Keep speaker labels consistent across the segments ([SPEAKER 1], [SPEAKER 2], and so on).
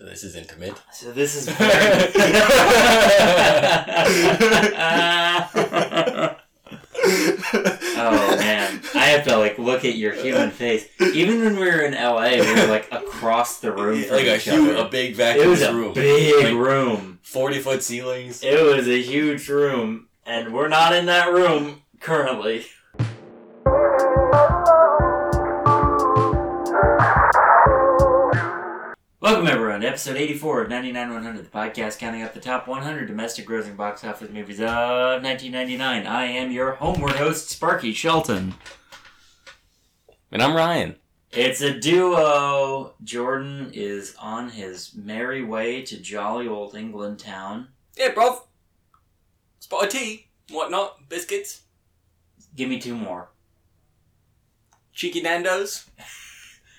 [SPEAKER 1] this is intimate.
[SPEAKER 2] So this is. Oh man, I have to like look at your human face. Even when we were in LA, we were like across the room from
[SPEAKER 1] like a
[SPEAKER 2] each
[SPEAKER 1] huge, a
[SPEAKER 2] other.
[SPEAKER 1] big
[SPEAKER 2] It
[SPEAKER 1] vacuum
[SPEAKER 2] was a
[SPEAKER 1] room,
[SPEAKER 2] big
[SPEAKER 1] Like,
[SPEAKER 2] room.
[SPEAKER 1] forty foot ceilings.
[SPEAKER 2] It was a huge room, and we're not in that room currently. Welcome everyone to episode 84 of 99100, the podcast counting up the top 100 domestic grossing box office movies of 1999. I am your homeward host, Sparky Shelton.
[SPEAKER 1] And I'm Ryan.
[SPEAKER 2] It's a duo. Jordan is on his merry way to jolly old England town.
[SPEAKER 3] Yeah, bruv. Spot of tea, whatnot, biscuits,
[SPEAKER 2] Give me two more.
[SPEAKER 3] cheeky Nando's.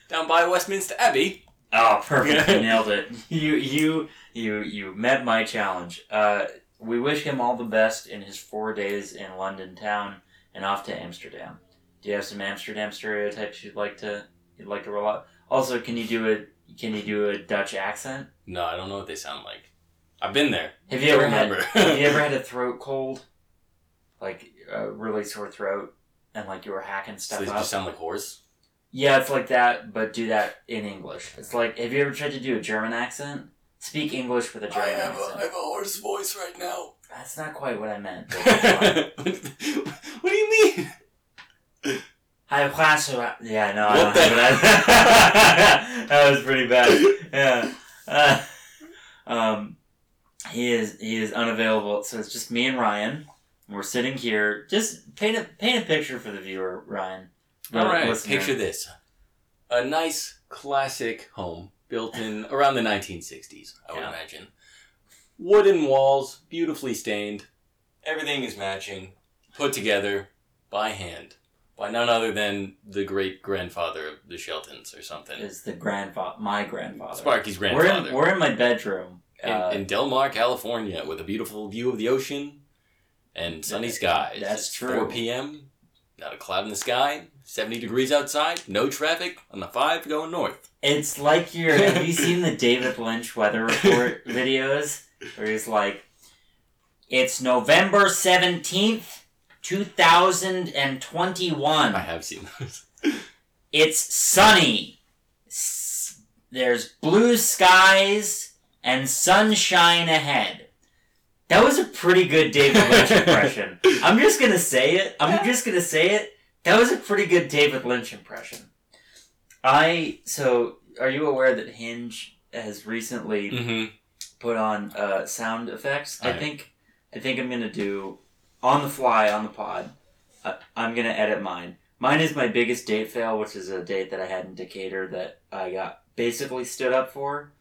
[SPEAKER 3] Down by Westminster Abbey.
[SPEAKER 2] Oh, perfect!
[SPEAKER 3] Yeah.
[SPEAKER 2] You nailed it. You you you you met my challenge. Uh, we wish him all the best in his four days in London town and off to Amsterdam. Do you have some Amsterdam stereotypes you'd like to you'd like to roll out? Also, can you do a can you do a Dutch accent?
[SPEAKER 1] No, I don't know what they sound like. I've been there.
[SPEAKER 2] Have you ever
[SPEAKER 1] Don't
[SPEAKER 2] had
[SPEAKER 1] remember.
[SPEAKER 2] Have you ever had a throat cold? Like a really sore throat and like you were hacking
[SPEAKER 1] so
[SPEAKER 2] stuff
[SPEAKER 1] they
[SPEAKER 2] up?
[SPEAKER 1] just sound like horse.
[SPEAKER 2] Yeah, it's like that, but do that in English. It's like, have you ever tried to do a German accent? Speak English with a German accent.
[SPEAKER 3] horse voice right now.
[SPEAKER 2] That's not quite what I meant. but it's fine.
[SPEAKER 1] what do you mean?
[SPEAKER 2] I class Yeah, no, I
[SPEAKER 1] What
[SPEAKER 2] don't have
[SPEAKER 1] the-
[SPEAKER 2] that. that was pretty bad. Yeah. Uh, um, he is he is unavailable, so it's just me and Ryan. We're sitting here. Just paint a paint a picture for the viewer, Ryan. The
[SPEAKER 1] All right,
[SPEAKER 2] listener.
[SPEAKER 1] picture this: a nice classic home built in around the 1960s, I would
[SPEAKER 2] Yeah.
[SPEAKER 1] imagine. Wooden walls, beautifully stained. Everything is matching, put together by hand by none other than the great grandfather of the Sheltons or something.
[SPEAKER 2] is the grandfather, my grandfather.
[SPEAKER 1] Sparky's
[SPEAKER 2] We're
[SPEAKER 1] grandfather.
[SPEAKER 2] in, we're in my bedroom.
[SPEAKER 1] in,
[SPEAKER 2] uh,
[SPEAKER 1] in Del Mar, California, with a beautiful view of the ocean and sunny skies.
[SPEAKER 2] that's
[SPEAKER 1] It's
[SPEAKER 2] true.
[SPEAKER 1] 4 p.m., not a cloud in the sky, 70 degrees outside, no traffic on the 5 going north.
[SPEAKER 2] It's like your. Have you seen the David Lynch weather report videos where he's like, "It's November seventeenth, two thousand and
[SPEAKER 1] I
[SPEAKER 2] twenty-one.
[SPEAKER 1] have seen those.
[SPEAKER 2] It's sunny. S- There's blue skies and sunshine ahead." That was a pretty good David Lynch impression. I'm just gonna say it. I'm just gonna say it. That was a pretty good David Lynch impression. I so are you aware that Hinge has recently
[SPEAKER 1] Mm-hmm.
[SPEAKER 2] put on uh, sound effects? I
[SPEAKER 1] I-
[SPEAKER 2] think I think I'm gonna do on the fly on the pod. Uh, I'm gonna edit mine. Mine is my biggest date fail, which is a date that I had in Decatur that I got basically stood up for,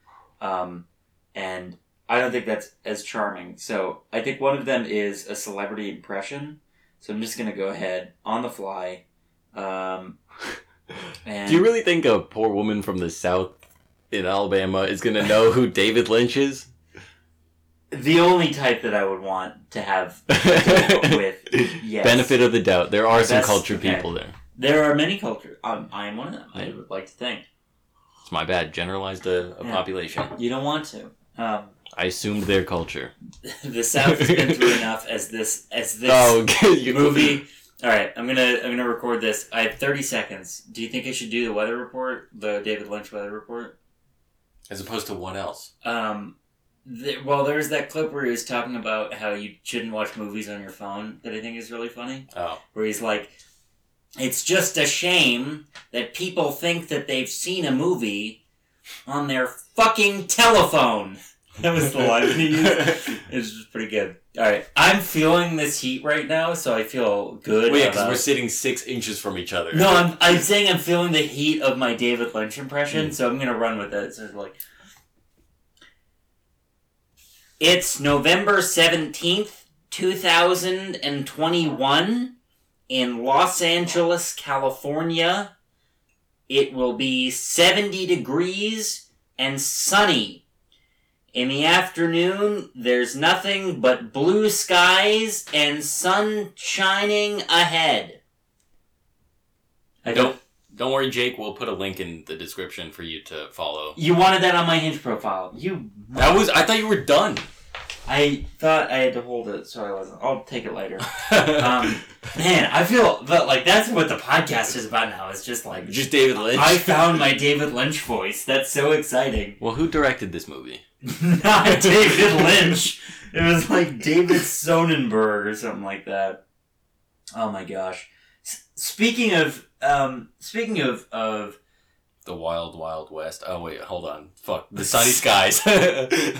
[SPEAKER 2] um, and I don't think that's as charming. So I think one of them is a celebrity impression. So I'm just gonna go ahead on the fly. Um, and
[SPEAKER 1] Do you really think a poor woman from the South in Alabama is going to know who David Lynch is?
[SPEAKER 2] the only type that I would want to have with yes.
[SPEAKER 1] Benefit of the doubt. There are some
[SPEAKER 2] That's-
[SPEAKER 1] cultured
[SPEAKER 2] okay.
[SPEAKER 1] people there.
[SPEAKER 2] There are many cultures. Um, I am one of them. I would like to think
[SPEAKER 1] It's my bad. Generalized a, a
[SPEAKER 2] Yeah.
[SPEAKER 1] population.
[SPEAKER 2] you don't want to. Um,
[SPEAKER 1] I assumed their culture.
[SPEAKER 2] the South has been through enough as this as this
[SPEAKER 1] okay. Oh, You
[SPEAKER 2] movie. All right, I'm gonna I'm gonna record this. I have 30 seconds. Do you think I should do the weather report, the David Lynch weather report?
[SPEAKER 1] As opposed to what else?
[SPEAKER 2] Um, the, well, there's that clip where he was talking about how you shouldn't watch movies on your phone. That I think is really funny.
[SPEAKER 1] Oh.
[SPEAKER 2] where he's like, "It's just a shame that people think that they've seen a movie on their fucking telephone." That was the line that he used. It's just pretty good. All right, I'm feeling this heat right now, so I feel good.
[SPEAKER 1] Well, yeah, because
[SPEAKER 2] about...
[SPEAKER 1] we're sitting six inches from each other.
[SPEAKER 2] No, I'm, I'm saying I'm feeling the heat of my David Lynch impression, so I'm gonna run with it. So it's like, it's November seventeenth, two thousand and twenty-one, in Los Angeles, California. It will be seventy degrees and sunny. In the afternoon, there's nothing but blue skies and sun shining ahead.
[SPEAKER 1] don't don't worry, Jake. We'll put a link in the description for you to follow.
[SPEAKER 2] You wanted that on my hinge profile. You.
[SPEAKER 1] That was. I thought you were done.
[SPEAKER 2] I thought I had to hold it, so I wasn't. I'll take it later. Um, Man, I feel but like that's what the podcast is about now. It's just like
[SPEAKER 1] just David Lynch.
[SPEAKER 2] I found my David Lynch voice. That's so exciting.
[SPEAKER 1] well, who directed this movie?
[SPEAKER 2] Not David Lynch. It was like David Sonnenberg or something like that. Oh my gosh. S- speaking of um, speaking of of
[SPEAKER 1] The Wild Wild West. Oh wait, hold on. Fuck. The Sunny Skies.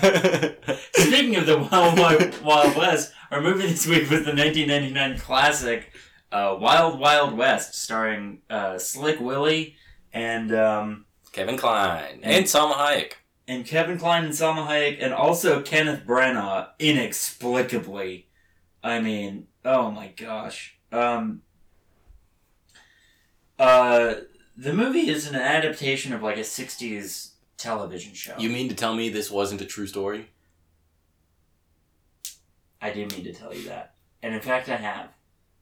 [SPEAKER 1] Wild
[SPEAKER 2] speaking of the Wild Wild, Wild West, our movie this week was the 1999 classic uh, Wild Wild West, starring uh, Slick Willie and. Um,
[SPEAKER 1] Kevin Klein and Salma Hayek.
[SPEAKER 2] and Kevin Klein and Salma Hayek, and also Kenneth Branagh, inexplicably. I mean, oh my gosh. Um, uh, the movie is an adaptation of like a '60s television show.
[SPEAKER 1] You mean to tell me this wasn't a true story?
[SPEAKER 2] I do mean to tell you that, and in fact, I have.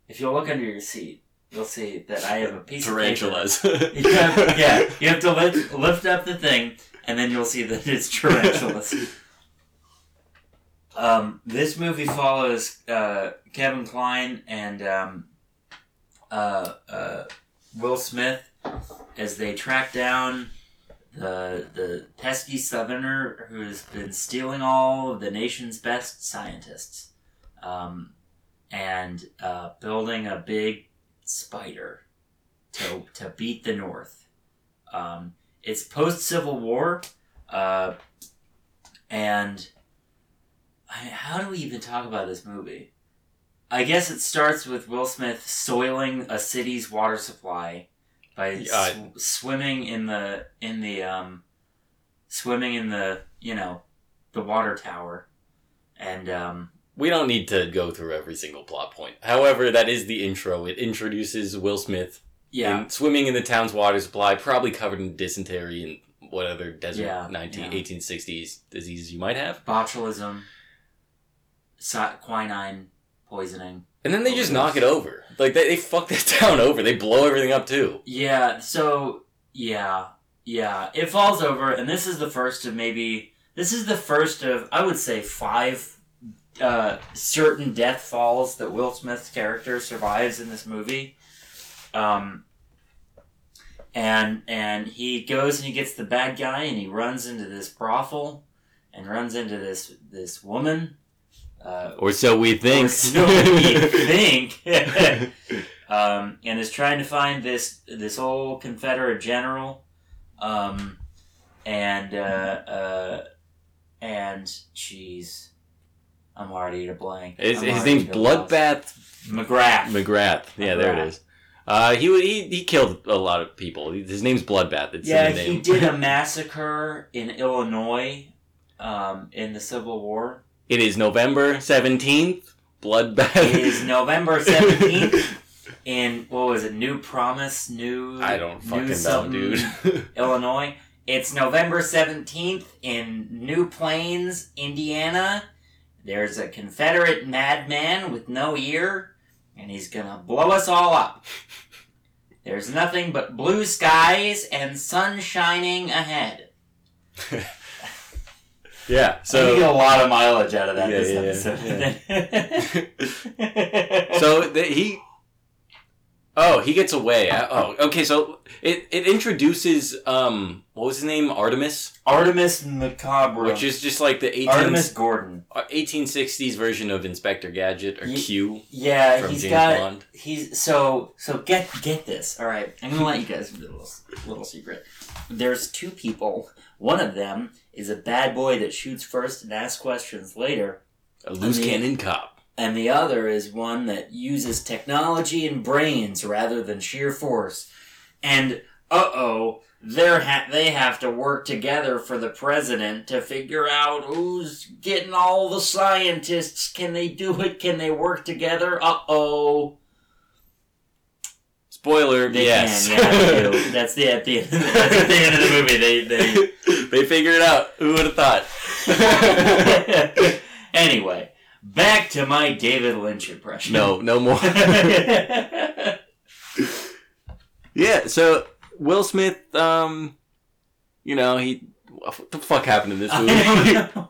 [SPEAKER 2] If you look under your seat, you'll see that I have a piece of
[SPEAKER 1] Tarantulas.
[SPEAKER 2] paper. You have- yeah, you have to lift, lift up the thing, and then you'll see that it's tarantulas. Um, this movie follows uh, Kevin Klein and um, uh, uh, Will Smith as they track down the the pesky Southerner who's been stealing all of the nation's best scientists, um, and uh, building a big spider to to beat the North. Um, it's post Civil War, uh, and. I mean, how do we even talk about this movie? I guess it starts with Will Smith soiling a city's water supply by sw-
[SPEAKER 1] Yeah,
[SPEAKER 2] swimming in the in the um, swimming in the you know the water tower, and um,
[SPEAKER 1] We don't need to go through every single plot point. However, that is the intro. It introduces Will Smith
[SPEAKER 2] yeah,
[SPEAKER 1] in- swimming in the town's water supply, probably covered in dysentery and what other desert
[SPEAKER 2] Yeah,
[SPEAKER 1] 19,
[SPEAKER 2] yeah.
[SPEAKER 1] 1860s diseases you might have.
[SPEAKER 2] botulism, so- quinine poisoning.
[SPEAKER 1] And then
[SPEAKER 2] Oh,
[SPEAKER 1] they just knock it over. Like, they, they fuck that town over. They blow everything up, too.
[SPEAKER 2] Yeah, so yeah. Yeah, it falls over and this is the first of maybe this is the first of I would say 5 uh, certain death falls that Will Smith's character survives in this movie. Um and and he goes and he gets the bad guy and he runs into this brothel and runs into this this woman uh
[SPEAKER 1] Or so we think.
[SPEAKER 2] or so we think um, and is trying to find this this old Confederate general, um, and uh, uh, and she's I'm already at a blank.
[SPEAKER 1] his,
[SPEAKER 2] I'm
[SPEAKER 1] his
[SPEAKER 2] already
[SPEAKER 1] name's
[SPEAKER 2] at a loss.
[SPEAKER 1] Bloodbath
[SPEAKER 2] McGrath.
[SPEAKER 1] McGrath. Yeah, there it
[SPEAKER 2] McGrath.
[SPEAKER 1] is. Uh, he, wa- he he killed a lot of people. His name's Bloodbath. It's
[SPEAKER 2] yeah,
[SPEAKER 1] in the name.
[SPEAKER 2] he did um, a massacre in Illinois um, in the Civil War.
[SPEAKER 1] It is November 17th. Bloodbath.
[SPEAKER 2] It is November seventeenth. In what was it? New Promise, New
[SPEAKER 1] I don't
[SPEAKER 2] New
[SPEAKER 1] fucking know,
[SPEAKER 2] something,
[SPEAKER 1] dude.
[SPEAKER 2] Illinois. It's November 17th in New Plains, Indiana. There's a Confederate madman with no ear, and he's gonna blow us all up. There's nothing but blue skies and sun shining ahead.
[SPEAKER 1] yeah.
[SPEAKER 2] I
[SPEAKER 1] So
[SPEAKER 2] get a lot of mileage out of that
[SPEAKER 1] Yeah,
[SPEAKER 2] this
[SPEAKER 1] yeah,
[SPEAKER 2] episode.
[SPEAKER 1] so the, he Oh, he gets away. I- Oh, okay. So it it introduces um what was his name? Artemis,
[SPEAKER 2] Artemis Macabre.
[SPEAKER 1] which is just like the 18,
[SPEAKER 2] Artemis Gordon.
[SPEAKER 1] uh, 1860s version of Inspector Gadget or
[SPEAKER 2] Ye-
[SPEAKER 1] Q
[SPEAKER 2] Yeah,
[SPEAKER 1] from
[SPEAKER 2] he's
[SPEAKER 1] James
[SPEAKER 2] got
[SPEAKER 1] Bond.
[SPEAKER 2] he's so so get get this all right i'm gonna let you guys into a little, little secret there's two people one of them is a bad boy that shoots first and asks questions later
[SPEAKER 1] A loose
[SPEAKER 2] I mean-
[SPEAKER 1] cannon cop.
[SPEAKER 2] and the other is one that uses technology and brains rather than sheer force and uh-oh they're ha- they have to work together for the president to figure out who's getting all the scientists can they do it can they work together uh-oh
[SPEAKER 1] Spoiler.
[SPEAKER 2] They
[SPEAKER 1] yes.
[SPEAKER 2] can, yeah, they do. That's the at the end. That's at the end of the movie. They they.
[SPEAKER 1] they figure it out. Who would have thought?
[SPEAKER 2] anyway, back to my David Lynch impression.
[SPEAKER 1] no, no more.
[SPEAKER 2] yeah,
[SPEAKER 1] Yeah, so Will Smith, um, you know, he. What the fuck happened in this
[SPEAKER 2] I
[SPEAKER 1] movie?
[SPEAKER 2] know.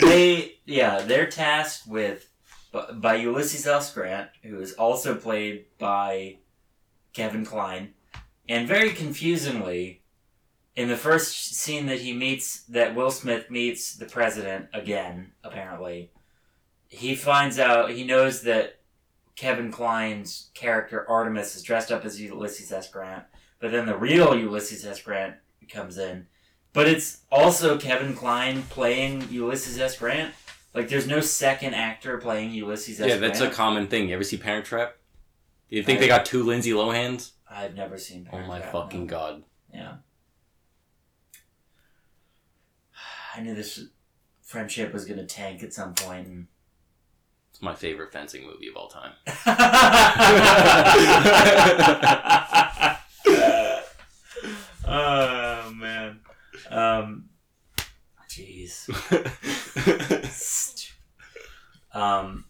[SPEAKER 2] they yeah, they're tasked with by, by Ulysses S. Grant, who is also played by Kevin Klein, and very confusingly, in the first scene that he meets that Will Smith meets the president again, apparently, he finds out he knows that Kevin Klein's character Artemis is dressed up as Ulysses S. Grant, but then the real Ulysses S. Grant comes in but it's also Kevin Klein playing Ulysses S. Grant. Like, there's no second actor playing Ulysses S.
[SPEAKER 1] yeah, that's a
[SPEAKER 2] Grant.
[SPEAKER 1] common thing. You ever see Parent Trap? Do you think they got two Lindsay Lohans?
[SPEAKER 2] i I've never seen.
[SPEAKER 1] Oh my
[SPEAKER 2] Parent Trap,
[SPEAKER 1] fucking
[SPEAKER 2] no.
[SPEAKER 1] god.
[SPEAKER 2] Yeah. I knew this friendship was gonna tank at some point. and-
[SPEAKER 1] It's my favorite fencing movie of all time.
[SPEAKER 2] oh man. Um. Jeez. um,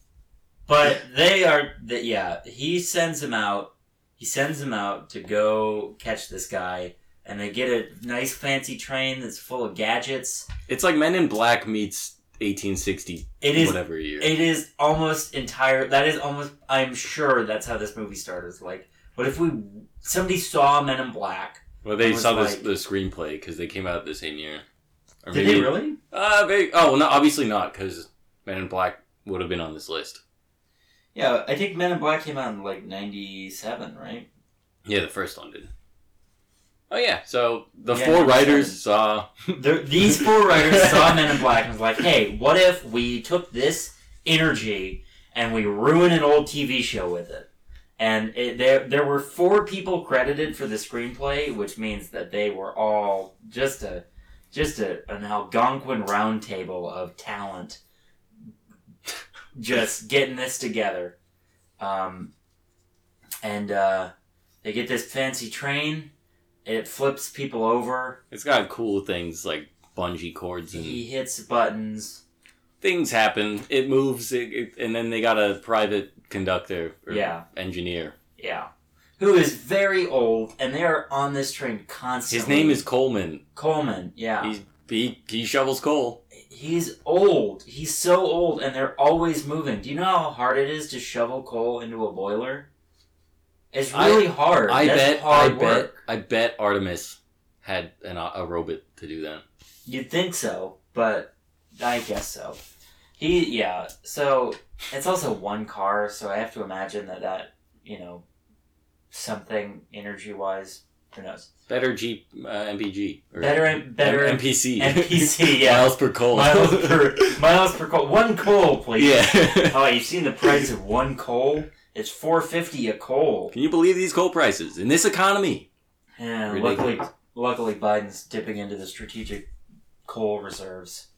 [SPEAKER 2] but they are. The, yeah, he sends him out. He sends him out to go catch this guy, and they get a nice fancy train that's full of gadgets.
[SPEAKER 1] it's like Men in Black meets 1860
[SPEAKER 2] It is.
[SPEAKER 1] whatever year.
[SPEAKER 2] It is almost entire. That is almost. I'm sure that's how this movie started. Like, what if we somebody saw Men in Black?
[SPEAKER 1] well, they
[SPEAKER 2] was
[SPEAKER 1] saw
[SPEAKER 2] like-
[SPEAKER 1] this the screenplay because they came out the same year. Or
[SPEAKER 2] Did they really?
[SPEAKER 1] Uh, very, oh, well, no, obviously not because Men in Black would have been on this list.
[SPEAKER 2] Yeah, I think Men in Black came out in like '97, right?
[SPEAKER 1] Yeah, the first one did. Oh yeah, so the
[SPEAKER 2] Yeah,
[SPEAKER 1] four
[SPEAKER 2] number
[SPEAKER 1] writers
[SPEAKER 2] seven.
[SPEAKER 1] saw
[SPEAKER 2] There, these four writers saw Men in Black and was like, hey, what if we took this energy and we ruin an old TV show with it? And it, there, there were four people credited for the screenplay, which means that they were all just a, just a, an Algonquin roundtable of talent, just getting this together. Um, and uh, they get this fancy train. It flips people over.
[SPEAKER 1] it's got cool things like bungee cords and
[SPEAKER 2] He hits buttons.
[SPEAKER 1] things happen. It moves, it, it, and then they got a private conductor or
[SPEAKER 2] Yeah.
[SPEAKER 1] engineer.
[SPEAKER 2] Yeah. Who is very old, and they're on this train constantly.
[SPEAKER 1] His name is Coleman.
[SPEAKER 2] Coleman. Yeah.
[SPEAKER 1] He's he, he shovels coal.
[SPEAKER 2] He's old. He's so old, and they're always moving. Do you know how hard it is to shovel coal into a boiler? It's
[SPEAKER 1] I-
[SPEAKER 2] really hard.
[SPEAKER 1] I
[SPEAKER 2] That's
[SPEAKER 1] bet. I
[SPEAKER 2] hard
[SPEAKER 1] bet.
[SPEAKER 2] work.
[SPEAKER 1] I bet Artemis had an, a robot to do that.
[SPEAKER 2] You'd think so, but I guess so. He, yeah. So it's also one car, so I have to imagine that that you know something energy wise. Who knows?
[SPEAKER 1] Better Jeep uh, MPG. Or
[SPEAKER 2] Better M- better
[SPEAKER 1] M- MPC.
[SPEAKER 2] NPC, yeah.
[SPEAKER 1] Miles per coal.
[SPEAKER 2] miles per miles per coal. One coal, please.
[SPEAKER 1] yeah.
[SPEAKER 2] Oh, you've seen the price of one coal? It's four fifty a coal.
[SPEAKER 1] Can you believe these coal prices in this economy?
[SPEAKER 2] Yeah, luckily,
[SPEAKER 1] Ridiculous.
[SPEAKER 2] luckily Biden's dipping into the strategic coal reserves,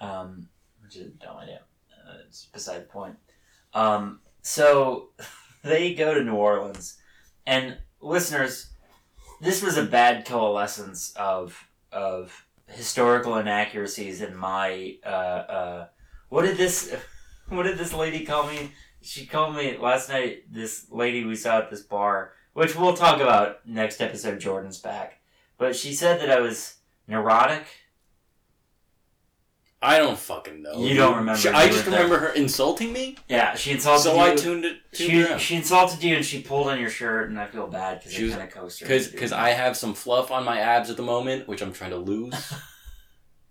[SPEAKER 2] um, which is no idea. Uh, it's beside the point. Um, so they go to New Orleans, and listeners, this was a bad coalescence of of historical inaccuracies in my uh, uh, what did this what did this lady call me? She called me last night. This lady we saw at this bar which we'll talk about next episode. Jordan's back, but she said that I was neurotic.
[SPEAKER 1] I don't fucking know.
[SPEAKER 2] You don't remember.
[SPEAKER 1] Sh- I
[SPEAKER 2] You
[SPEAKER 1] just
[SPEAKER 2] were there.
[SPEAKER 1] remember her insulting me.
[SPEAKER 2] Yeah, she insulted
[SPEAKER 1] so
[SPEAKER 2] you.
[SPEAKER 1] I tuned it. Tuned her
[SPEAKER 2] she,
[SPEAKER 1] out.
[SPEAKER 2] she insulted you, and she pulled on your shirt, and I feel bad because
[SPEAKER 1] She
[SPEAKER 2] I
[SPEAKER 1] was-
[SPEAKER 2] kind of coaster.
[SPEAKER 1] Cause, cause I have some fluff on my abs at the moment, which I'm trying to lose.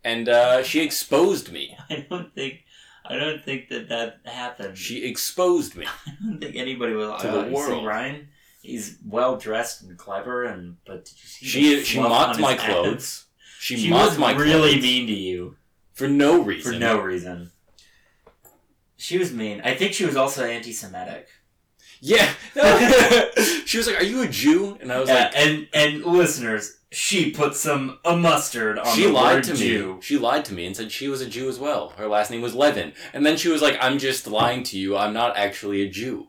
[SPEAKER 1] and uh, she exposed me.
[SPEAKER 2] I don't think, I don't think that that happened.
[SPEAKER 1] She exposed me.
[SPEAKER 2] I don't think anybody was
[SPEAKER 1] To
[SPEAKER 2] oh,
[SPEAKER 1] the
[SPEAKER 2] you see
[SPEAKER 1] world.
[SPEAKER 2] Ryan, he's well dressed and clever, and but did you see
[SPEAKER 1] She
[SPEAKER 2] the
[SPEAKER 1] she
[SPEAKER 2] fluff
[SPEAKER 1] mocked
[SPEAKER 2] on
[SPEAKER 1] my
[SPEAKER 2] his abs?
[SPEAKER 1] clothes. She,
[SPEAKER 2] She
[SPEAKER 1] mocked
[SPEAKER 2] was
[SPEAKER 1] my
[SPEAKER 2] really
[SPEAKER 1] clothes
[SPEAKER 2] mean to you.
[SPEAKER 1] for no
[SPEAKER 2] for
[SPEAKER 1] reason.
[SPEAKER 2] no reason. She was mean. I think she was also anti-Semitic.
[SPEAKER 1] Yeah. she was like, "Are you a Jew?" And I was
[SPEAKER 2] Yeah, and and listeners, she put some a mustard
[SPEAKER 1] like,
[SPEAKER 2] on
[SPEAKER 1] "She
[SPEAKER 2] the
[SPEAKER 1] lied
[SPEAKER 2] word
[SPEAKER 1] to
[SPEAKER 2] Jew.
[SPEAKER 1] me. She lied to me and said she was a Jew as well. Her last name was Levin." And then she was like, "I'm just lying to you. I'm not actually a Jew."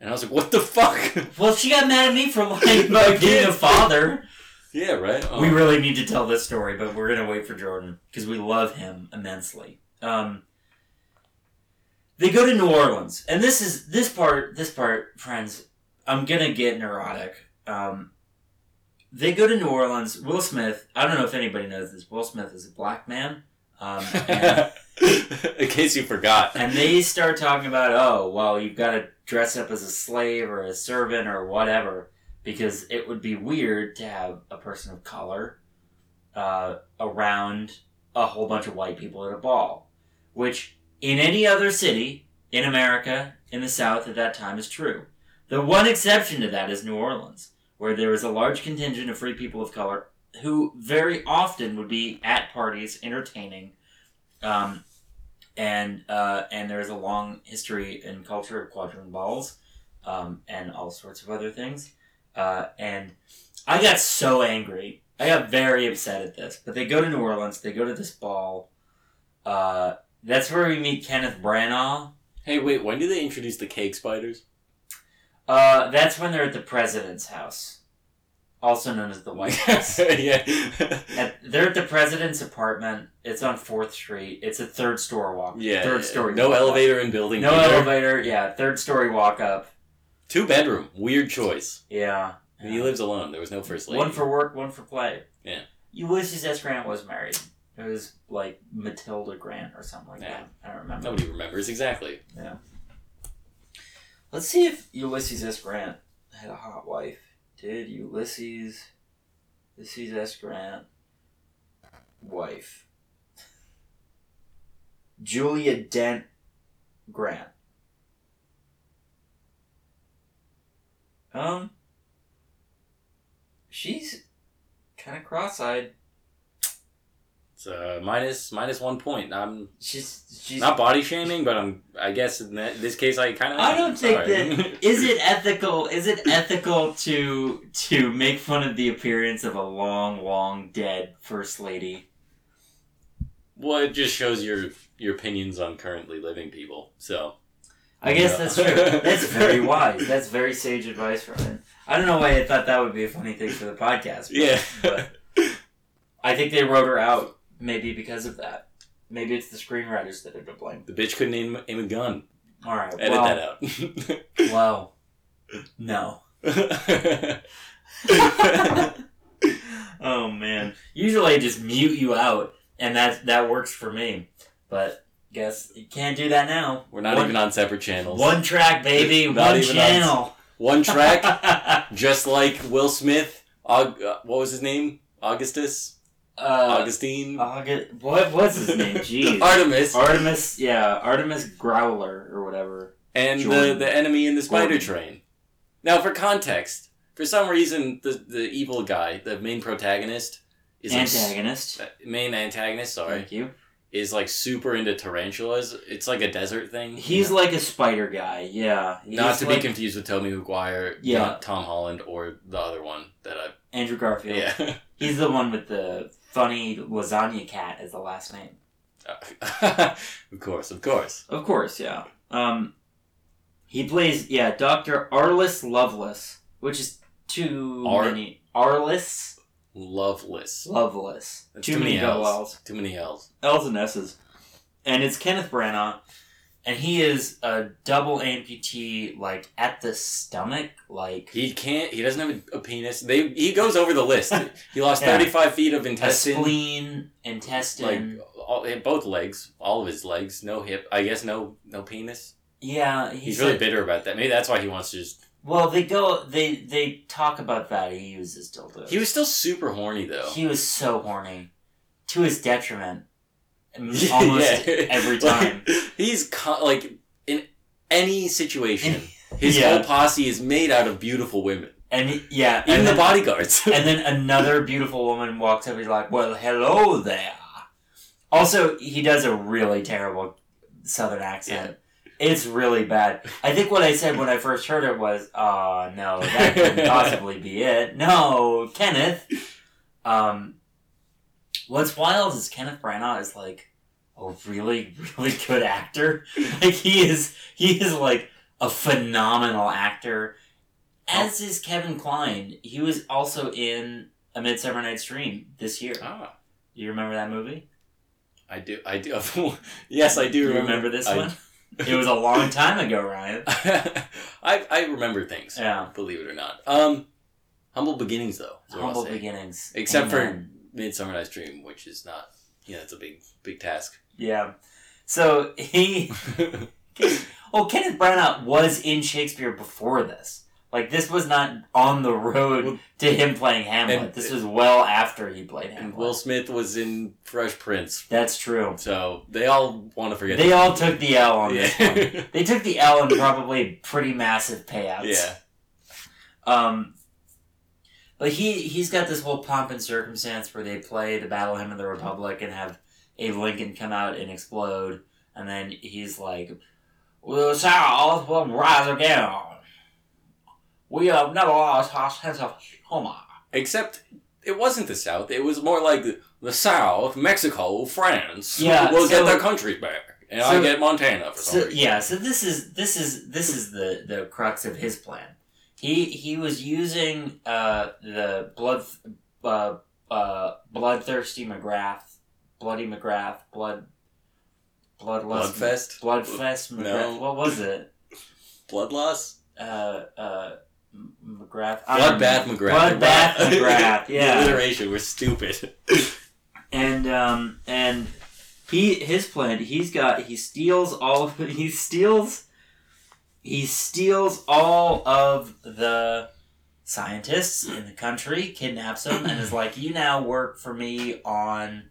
[SPEAKER 1] And I was like, "What the fuck?"
[SPEAKER 2] Well, she got mad at me for lying
[SPEAKER 1] My
[SPEAKER 2] about being a
[SPEAKER 1] kids.
[SPEAKER 2] father.
[SPEAKER 1] yeah, right. Oh.
[SPEAKER 2] We really need to tell this story, but we're gonna wait for Jordan because we love him immensely. Um, they go to New Orleans, and this is this part. This part, friends, I'm gonna get neurotic. Um, They go to New Orleans. Will Smith, I don't know if anybody knows this, Will Smith is a black man. Um, and,
[SPEAKER 1] In case you forgot.
[SPEAKER 2] and they start talking about, oh, well, you've got to dress up as a slave or a servant or whatever, because it would be weird to have a person of color uh, around a whole bunch of white people at a ball, which in any other city in America, in the South at that time, is true. The one exception to that is New Orleans, where there is a large contingent of free people of color who very often would be at parties entertaining, um, and uh, and there is a long history and culture of quadroon balls, um, and all sorts of other things. Uh, and I got so angry. I got very upset at this. But they go to New Orleans. They go to this ball. Uh, that's where we meet Kenneth Branagh.
[SPEAKER 1] Hey, wait, when do they introduce the cake spiders?
[SPEAKER 2] Uh, that's when they're at the president's house, also known as the White House.
[SPEAKER 1] yeah.
[SPEAKER 2] At- they're at the president's apartment. It's on Fourth Street. It's a third store walk.
[SPEAKER 1] yeah.
[SPEAKER 2] third story.
[SPEAKER 1] No
[SPEAKER 2] walk-up.
[SPEAKER 1] elevator in building.
[SPEAKER 2] No
[SPEAKER 1] either.
[SPEAKER 2] elevator. Yeah, third story walk up.
[SPEAKER 1] Two bedroom. Weird choice.
[SPEAKER 2] Yeah.
[SPEAKER 1] He lives alone. There was no first lady.
[SPEAKER 2] One for work, one for play.
[SPEAKER 1] Yeah.
[SPEAKER 2] Ulysses S. Grant was married. It was like Matilda Grant or something like
[SPEAKER 1] Yeah.
[SPEAKER 2] that. I don't remember.
[SPEAKER 1] Nobody remembers exactly.
[SPEAKER 2] Let's see if Ulysses S. Grant had a hot wife. Did Ulysses Ulysses S. Grant wife Julia Dent Grant? Um, she's kind of cross-eyed.
[SPEAKER 1] It's uh, minus minus one point. I'm
[SPEAKER 2] She's she's.
[SPEAKER 1] not body shaming, but I'm. I guess in that, this case, I kind of.
[SPEAKER 2] I don't think that is it ethical. Is it ethical to to make fun of the appearance of a long, long dead first lady?
[SPEAKER 1] Well, it just shows your your opinions on currently living people. So
[SPEAKER 2] I guess
[SPEAKER 1] Yeah.
[SPEAKER 2] that's true. That's very wise. That's very sage advice, Ryan. I don't know why I thought that would be a funny thing for the podcast. But
[SPEAKER 1] yeah,
[SPEAKER 2] I think they wrote her out maybe because of that. Maybe it's the screenwriters that are to blame.
[SPEAKER 1] the bitch couldn't aim, aim a gun.
[SPEAKER 2] All right.
[SPEAKER 1] Edit
[SPEAKER 2] well,
[SPEAKER 1] that
[SPEAKER 2] Wow. No.
[SPEAKER 1] out.
[SPEAKER 2] oh man. Usually I just mute you out and that that works for me. But guess you can't do that now.
[SPEAKER 1] We're not
[SPEAKER 2] One-
[SPEAKER 1] even on separate channels.
[SPEAKER 2] One track baby,
[SPEAKER 1] Not
[SPEAKER 2] one
[SPEAKER 1] even on
[SPEAKER 2] channel.
[SPEAKER 1] One track, just like Will Smith. Aug- uh, what was his name? Augustus.
[SPEAKER 2] uh,
[SPEAKER 1] Augustine.
[SPEAKER 2] August. What was his name? Jeez.
[SPEAKER 1] Artemis.
[SPEAKER 2] Artemis, yeah, Artemis Growler or whatever.
[SPEAKER 1] and the,
[SPEAKER 2] Jordan.
[SPEAKER 1] the enemy in the spider
[SPEAKER 2] Gordon.
[SPEAKER 1] train. Now, for context, for some reason, the, the evil guy, the main protagonist, is like s-
[SPEAKER 2] Antagonist. Hmm.
[SPEAKER 1] uh, main antagonist. Sorry,
[SPEAKER 2] Thank you.
[SPEAKER 1] is like super into tarantulas. It's like a desert thing.
[SPEAKER 2] He's like a spider guy. Yeah.
[SPEAKER 1] not
[SPEAKER 2] He's
[SPEAKER 1] to
[SPEAKER 2] like
[SPEAKER 1] be confused with Tommy McGuire,
[SPEAKER 2] Yeah.
[SPEAKER 1] not Tom Holland, or the other one that I
[SPEAKER 2] Andrew Garfield.
[SPEAKER 1] yeah.
[SPEAKER 2] He's the one with the funny lasagna cat as the last name.
[SPEAKER 1] of course, of course.
[SPEAKER 2] Of course, yeah. Um, he plays yeah Doctor Arliss Lovelace, which is too
[SPEAKER 1] Ar-
[SPEAKER 2] many Arliss
[SPEAKER 1] Loveless.
[SPEAKER 2] Lovelace.
[SPEAKER 1] That's
[SPEAKER 2] Too, many double
[SPEAKER 1] L's.
[SPEAKER 2] L's,
[SPEAKER 1] Too many L's.
[SPEAKER 2] L's and S's, and it's Kenneth Branagh, and he is a double amputee, like at the stomach, like
[SPEAKER 1] He can't. He doesn't have a, a penis. They. He goes over the list. he lost
[SPEAKER 2] Yeah.
[SPEAKER 1] thirty-five feet of
[SPEAKER 2] a
[SPEAKER 1] intestine.
[SPEAKER 2] spleen, intestine.
[SPEAKER 1] like all, eh, both legs, all of his legs, no hip. I guess no no penis.
[SPEAKER 2] yeah, he
[SPEAKER 1] He's
[SPEAKER 2] said-
[SPEAKER 1] really bitter about that. Maybe that's why he wants to just.
[SPEAKER 2] Well, they go. They they talk about that. He uses dildos.
[SPEAKER 1] He was still super horny though.
[SPEAKER 2] He was so horny, to his detriment, m- almost
[SPEAKER 1] Yeah.
[SPEAKER 2] every time.
[SPEAKER 1] Like, he's con- like in any situation, his
[SPEAKER 2] Yeah.
[SPEAKER 1] whole posse is made out of beautiful women,
[SPEAKER 2] And he- yeah,
[SPEAKER 1] even
[SPEAKER 2] and
[SPEAKER 1] the
[SPEAKER 2] then,
[SPEAKER 1] bodyguards.
[SPEAKER 2] and then another beautiful woman walks up. He's like, "Well, hello there." Also, he does a really terrible Southern accent. It's really bad. I think what I said when I first heard it was, "Oh no, that couldn't possibly be it." No, Kenneth. Um, what's wild is Kenneth Branagh is like a really, really good actor. Like he is, he is like a phenomenal actor. As is Kevin Kline. He was also in A Midsummer Night's Dream this year.
[SPEAKER 1] ah,
[SPEAKER 2] You remember that movie?
[SPEAKER 1] I do, I do. yes, I do
[SPEAKER 2] You
[SPEAKER 1] remember,
[SPEAKER 2] remember this
[SPEAKER 1] I-
[SPEAKER 2] one? It was a long time ago, Ryan.
[SPEAKER 1] I I remember things.
[SPEAKER 2] Yeah.
[SPEAKER 1] Believe it or not. Um, Humble beginnings, though. is what I'll
[SPEAKER 2] Humble
[SPEAKER 1] say.
[SPEAKER 2] beginnings.
[SPEAKER 1] Except for-
[SPEAKER 2] Amen.
[SPEAKER 1] Midsummer Night's Dream, which is not, you know, it's a big, big task.
[SPEAKER 2] Yeah. So he. Well, Kenneth Branagh was in Shakespeare before this. Like this was not on the road
[SPEAKER 1] Well-
[SPEAKER 2] to him playing Hamlet.
[SPEAKER 1] And-
[SPEAKER 2] this was well after he played
[SPEAKER 1] and
[SPEAKER 2] Hamlet.
[SPEAKER 1] Will Smith was in Fresh Prince,
[SPEAKER 2] That's true.
[SPEAKER 1] so they all want to forget.
[SPEAKER 2] They all took the L on this one.
[SPEAKER 1] yeah.
[SPEAKER 2] They took the L and probably pretty massive payouts.
[SPEAKER 1] yeah,
[SPEAKER 2] Um, but he he's got this whole pomp and circumstance where they play the Battle Hymn of the Republic and have Abe Lincoln come out and explode, and then he's like, "The South will rise again. We have never lost our sense of humor."
[SPEAKER 1] Except it wasn't the South. It was more like the South, Mexico, France.
[SPEAKER 2] Yeah,
[SPEAKER 1] will
[SPEAKER 2] so-
[SPEAKER 1] get their countries back, and
[SPEAKER 2] so-
[SPEAKER 1] I get Montana for some
[SPEAKER 2] So
[SPEAKER 1] reason.
[SPEAKER 2] yeah, so this is this is this is the the crux of his plan. He he was using uh the blood uh, uh bloodthirsty McGrath, bloody McGrath, blood bloodlust
[SPEAKER 1] Bloodfest,
[SPEAKER 2] bloodfest McGrath.
[SPEAKER 1] No.
[SPEAKER 2] What was it?
[SPEAKER 1] blood loss,
[SPEAKER 2] Uh uh M- McGrath. I don't
[SPEAKER 1] bloodbath,
[SPEAKER 2] know.
[SPEAKER 1] McGrath,
[SPEAKER 2] Bloodbath McGrath.
[SPEAKER 1] The
[SPEAKER 2] Yeah.
[SPEAKER 1] alliteration was stupid.
[SPEAKER 2] and um and he his plan he's got he steals all of he steals he steals all of the scientists in the country kidnaps them and is like you now work for me on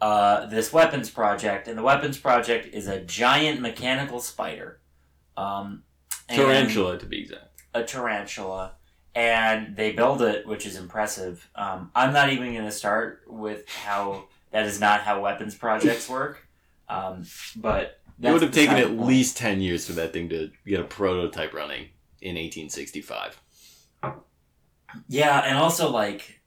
[SPEAKER 2] uh, this weapons project and the weapons project is a giant mechanical spider um, and-
[SPEAKER 1] Tarantula, to be exact.
[SPEAKER 2] a tarantula and they build it which is impressive um, i'm not even going to start with how that is not how weapons projects work um, but
[SPEAKER 1] it would have taken
[SPEAKER 2] beside
[SPEAKER 1] at
[SPEAKER 2] the point.
[SPEAKER 1] least 10 years for that thing to get a prototype running in 1865.
[SPEAKER 2] yeah and also like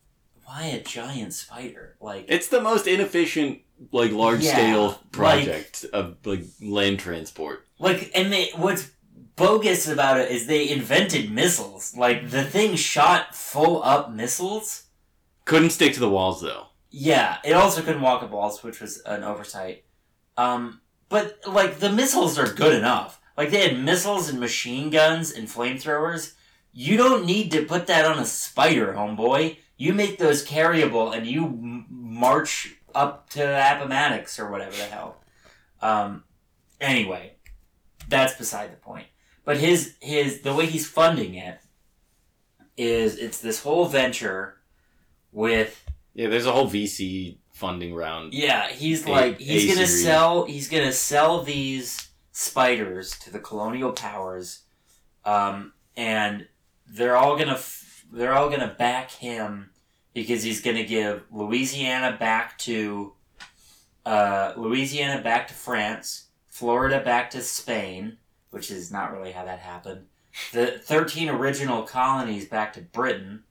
[SPEAKER 2] why a giant spider like
[SPEAKER 1] It's the most inefficient, like, large
[SPEAKER 2] Yeah,
[SPEAKER 1] scale project of, like, land transport.
[SPEAKER 2] like and they what's bogus about it is they invented missiles like the thing shot full up missiles
[SPEAKER 1] Couldn't stick to the walls, though.
[SPEAKER 2] Yeah, it also couldn't walk up walls, which was an oversight. Um, but like the missiles are good enough. Like they had missiles and machine guns and flamethrowers. You don't need to put that on a spider, homeboy. You make those carryable and you m- march up to Appomattox or whatever the hell. Um, anyway, that's beside the point. But his his the way he's funding it is it's this whole venture with
[SPEAKER 1] Yeah, there's a whole VC funding round.
[SPEAKER 2] yeah, he's
[SPEAKER 1] A-
[SPEAKER 2] like he's
[SPEAKER 1] A
[SPEAKER 2] gonna
[SPEAKER 1] series.
[SPEAKER 2] sell he's gonna sell these spiders to the colonial powers, um, and they're all gonna f- they're all gonna back him because he's gonna give Louisiana back to uh, Louisiana back to France, Florida back to Spain, which is not really how that happened. The thirteen original colonies back to Britain,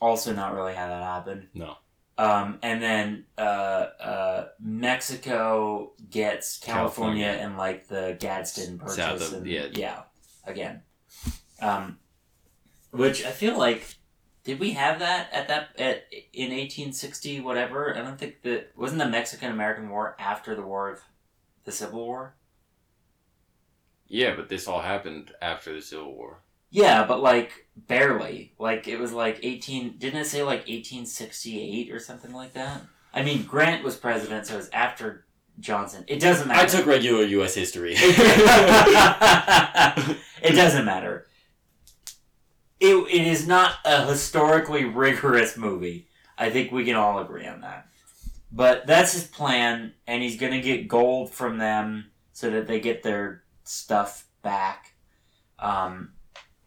[SPEAKER 2] also not really how that happened.
[SPEAKER 1] No.
[SPEAKER 2] Um, and then uh, uh, Mexico gets California,
[SPEAKER 1] California.
[SPEAKER 2] and like the Gadsden purchase.
[SPEAKER 1] South of-
[SPEAKER 2] and,
[SPEAKER 1] yeah.
[SPEAKER 2] yeah. Again. Um, which I feel like did we have that at that at in eighteen sixty whatever? I don't think that wasn't the Mexican American War after the War of the Civil War.
[SPEAKER 1] Yeah, but this all happened after the Civil War.
[SPEAKER 2] Yeah, but like barely. Like it was like eighteen. Didn't it say like eighteen sixty eight or something like that? I mean, Grant was president, so it was after Johnson. It doesn't matter.
[SPEAKER 1] I took regular U.S. history. Oh,
[SPEAKER 2] it doesn't matter. It, it is not a historically rigorous movie. I think we can all agree on that. But that's his plan, and he's going to get gold from them so that they get their stuff back. Um,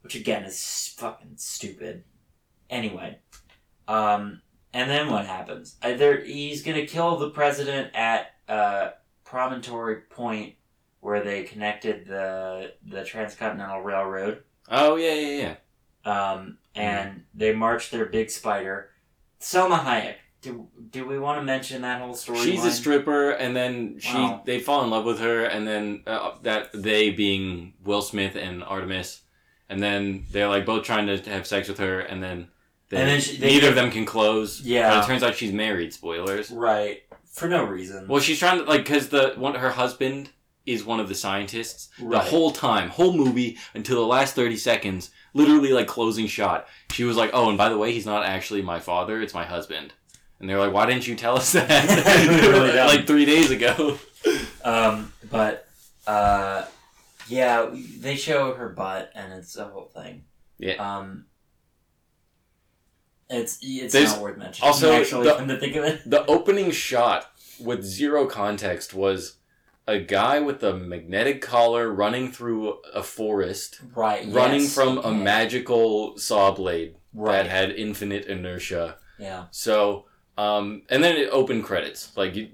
[SPEAKER 2] which, again, is fucking stupid. Anyway. Um, and then what happens? Either he's going to kill the president at uh, Promontory Point where they connected the the transcontinental railroad
[SPEAKER 1] oh, yeah, yeah, yeah.
[SPEAKER 2] um,
[SPEAKER 1] Mm-hmm.
[SPEAKER 2] and they marched their big spider selma hayek do, do we want to mention that whole story
[SPEAKER 1] She's a stripper, and then she
[SPEAKER 2] Wow.
[SPEAKER 1] they fall in love with her, and then uh, that they being Will Smith and Artemis, and then they're like both trying to have sex with her, and then they,
[SPEAKER 2] And then she- they
[SPEAKER 1] neither
[SPEAKER 2] get-
[SPEAKER 1] of them can close.
[SPEAKER 2] Yeah.
[SPEAKER 1] but it turns out she's married. Spoilers.
[SPEAKER 2] right for no reason
[SPEAKER 1] Well, she's trying to like because the one her husband is one of the scientists the
[SPEAKER 2] Right.
[SPEAKER 1] whole time, whole movie until the last 30 seconds, literally like closing shot. She was like, "Oh, and by the way, he's not actually my father, it's my husband." And they were like, "Why didn't you tell us that?"
[SPEAKER 2] Really dumb.
[SPEAKER 1] like 3 days ago.
[SPEAKER 2] Um, but uh, yeah, they show her butt, and it's a whole thing.
[SPEAKER 1] Yeah.
[SPEAKER 2] Um, it's it's
[SPEAKER 1] There's-
[SPEAKER 2] not worth mentioning.
[SPEAKER 1] also,
[SPEAKER 2] actually,
[SPEAKER 1] the-
[SPEAKER 2] come to think of it,
[SPEAKER 1] The opening shot with zero context was a guy with a magnetic collar running through a forest,
[SPEAKER 2] right?
[SPEAKER 1] running
[SPEAKER 2] yes,
[SPEAKER 1] from a
[SPEAKER 2] okay.
[SPEAKER 1] magical saw blade
[SPEAKER 2] Right.
[SPEAKER 1] that had infinite inertia.
[SPEAKER 2] Yeah.
[SPEAKER 1] So, um, and then it opened credits. Like, you,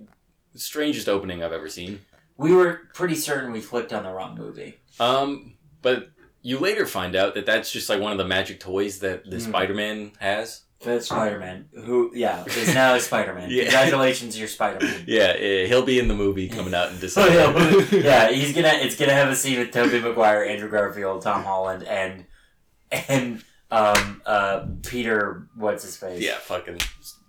[SPEAKER 1] strangest opening I've ever seen.
[SPEAKER 2] We were pretty certain we clicked on the wrong movie.
[SPEAKER 1] Um, but you later find out that that's just like one of the magic toys that the
[SPEAKER 2] Hmm.
[SPEAKER 1] Spider-Man has.
[SPEAKER 2] But Spider Man, who yeah, is now Spider Man.
[SPEAKER 1] Yeah.
[SPEAKER 2] Congratulations, you're Spider Man.
[SPEAKER 1] Yeah, eh, he'll be in the movie coming out in
[SPEAKER 2] So
[SPEAKER 1] December.
[SPEAKER 2] yeah, yeah, he's gonna it's gonna have a scene with Tobey Maguire, Andrew Garfield, Tom Holland, and and um uh Peter what's his face?
[SPEAKER 1] yeah, fucking.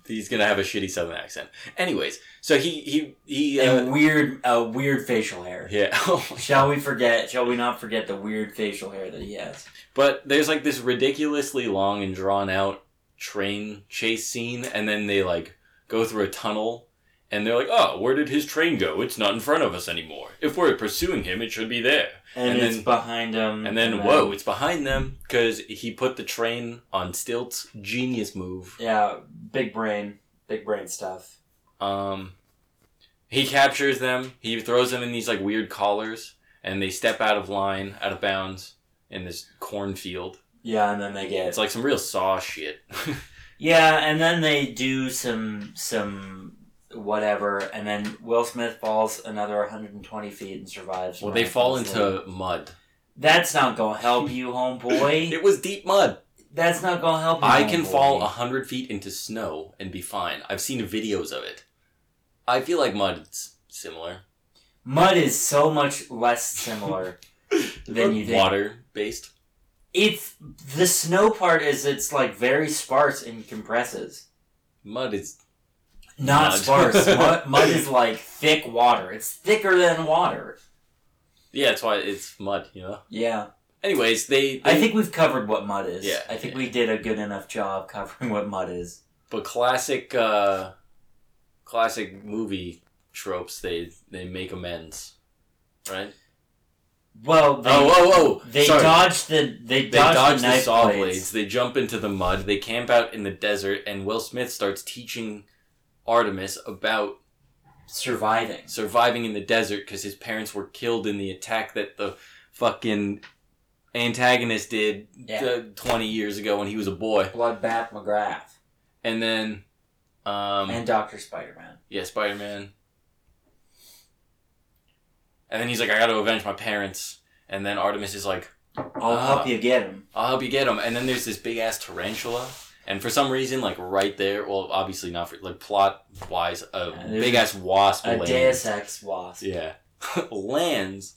[SPEAKER 1] He's gonna have a shitty Southern accent. Anyways, so he he he. Uh,
[SPEAKER 2] and weird uh, weird facial hair.
[SPEAKER 1] yeah. Oh my
[SPEAKER 2] Shall we forget? Shall we not forget the weird facial hair that he has?
[SPEAKER 1] But there's like this ridiculously long and drawn out train chase scene, and then they like go through a tunnel, and they're like, "Oh, where did his train go? It's not in front of us anymore. If we're pursuing him, it should be there."
[SPEAKER 2] And,
[SPEAKER 1] And
[SPEAKER 2] it's
[SPEAKER 1] then-
[SPEAKER 2] behind him.
[SPEAKER 1] And then whoa, it's behind them because he put the train on stilts. Genius move.
[SPEAKER 2] Yeah, big brain, big brain stuff.
[SPEAKER 1] Um, he captures them. He throws them in these like weird collars, and they step out of line, out of bounds in this cornfield.
[SPEAKER 2] Yeah, and then they get
[SPEAKER 1] It's like some real saw shit.
[SPEAKER 2] Yeah, and then they do some some whatever, and then Will Smith falls another 120 feet and survives.
[SPEAKER 1] well, they fall
[SPEAKER 2] miraculously.
[SPEAKER 1] into mud.
[SPEAKER 2] That's not gonna help you, homeboy.
[SPEAKER 1] It was deep mud.
[SPEAKER 2] That's not gonna help. You,
[SPEAKER 1] I can
[SPEAKER 2] homeboy.
[SPEAKER 1] fall a hundred feet into snow and be fine. I've seen videos of it. I feel like mud's similar.
[SPEAKER 2] Mud is so much less similar than you think.
[SPEAKER 1] water based.
[SPEAKER 2] It's the snow part is it's like very sparse and compresses.
[SPEAKER 1] Mud is
[SPEAKER 2] Not
[SPEAKER 1] Mud.
[SPEAKER 2] sparse. mud, mud is like thick water. It's thicker than water.
[SPEAKER 1] yeah. That's why it's mud. You know.
[SPEAKER 2] Yeah.
[SPEAKER 1] Anyways, they,
[SPEAKER 2] I
[SPEAKER 1] they-
[SPEAKER 2] think we've covered what mud is.
[SPEAKER 1] Yeah,
[SPEAKER 2] I think
[SPEAKER 1] yeah.
[SPEAKER 2] we did a good enough job covering what mud is.
[SPEAKER 1] but classic uh, classic movie tropes. They they make amends, right?
[SPEAKER 2] Well, they,
[SPEAKER 1] oh oh oh!
[SPEAKER 2] they
[SPEAKER 1] Sorry.
[SPEAKER 2] dodged the they
[SPEAKER 1] They
[SPEAKER 2] dodged
[SPEAKER 1] dodge
[SPEAKER 2] the
[SPEAKER 1] the
[SPEAKER 2] knife
[SPEAKER 1] saw blades.
[SPEAKER 2] blades.
[SPEAKER 1] They jump into the mud. They camp out in the desert, and Will Smith starts teaching Artemis about
[SPEAKER 2] surviving.
[SPEAKER 1] surviving in the desert because his parents were killed in the attack that the fucking antagonist did
[SPEAKER 2] Yeah.
[SPEAKER 1] uh, 20 years ago when he was a boy.
[SPEAKER 2] Bloodbath McGrath
[SPEAKER 1] And then, um,
[SPEAKER 2] and Doctor Spider Man.
[SPEAKER 1] yeah, Spider Man. And then he's like, I gotta avenge my parents. And then Artemis is like,
[SPEAKER 2] I'll
[SPEAKER 1] Ah.
[SPEAKER 2] help you get him.
[SPEAKER 1] I'll help you get him. And then there's this big ass tarantula. And for some reason, like right there, well, obviously not for like plot wise, a
[SPEAKER 2] Yeah, there's
[SPEAKER 1] big ass wasp.
[SPEAKER 2] A
[SPEAKER 1] lands.
[SPEAKER 2] Deus Ex wasp.
[SPEAKER 1] Yeah. lands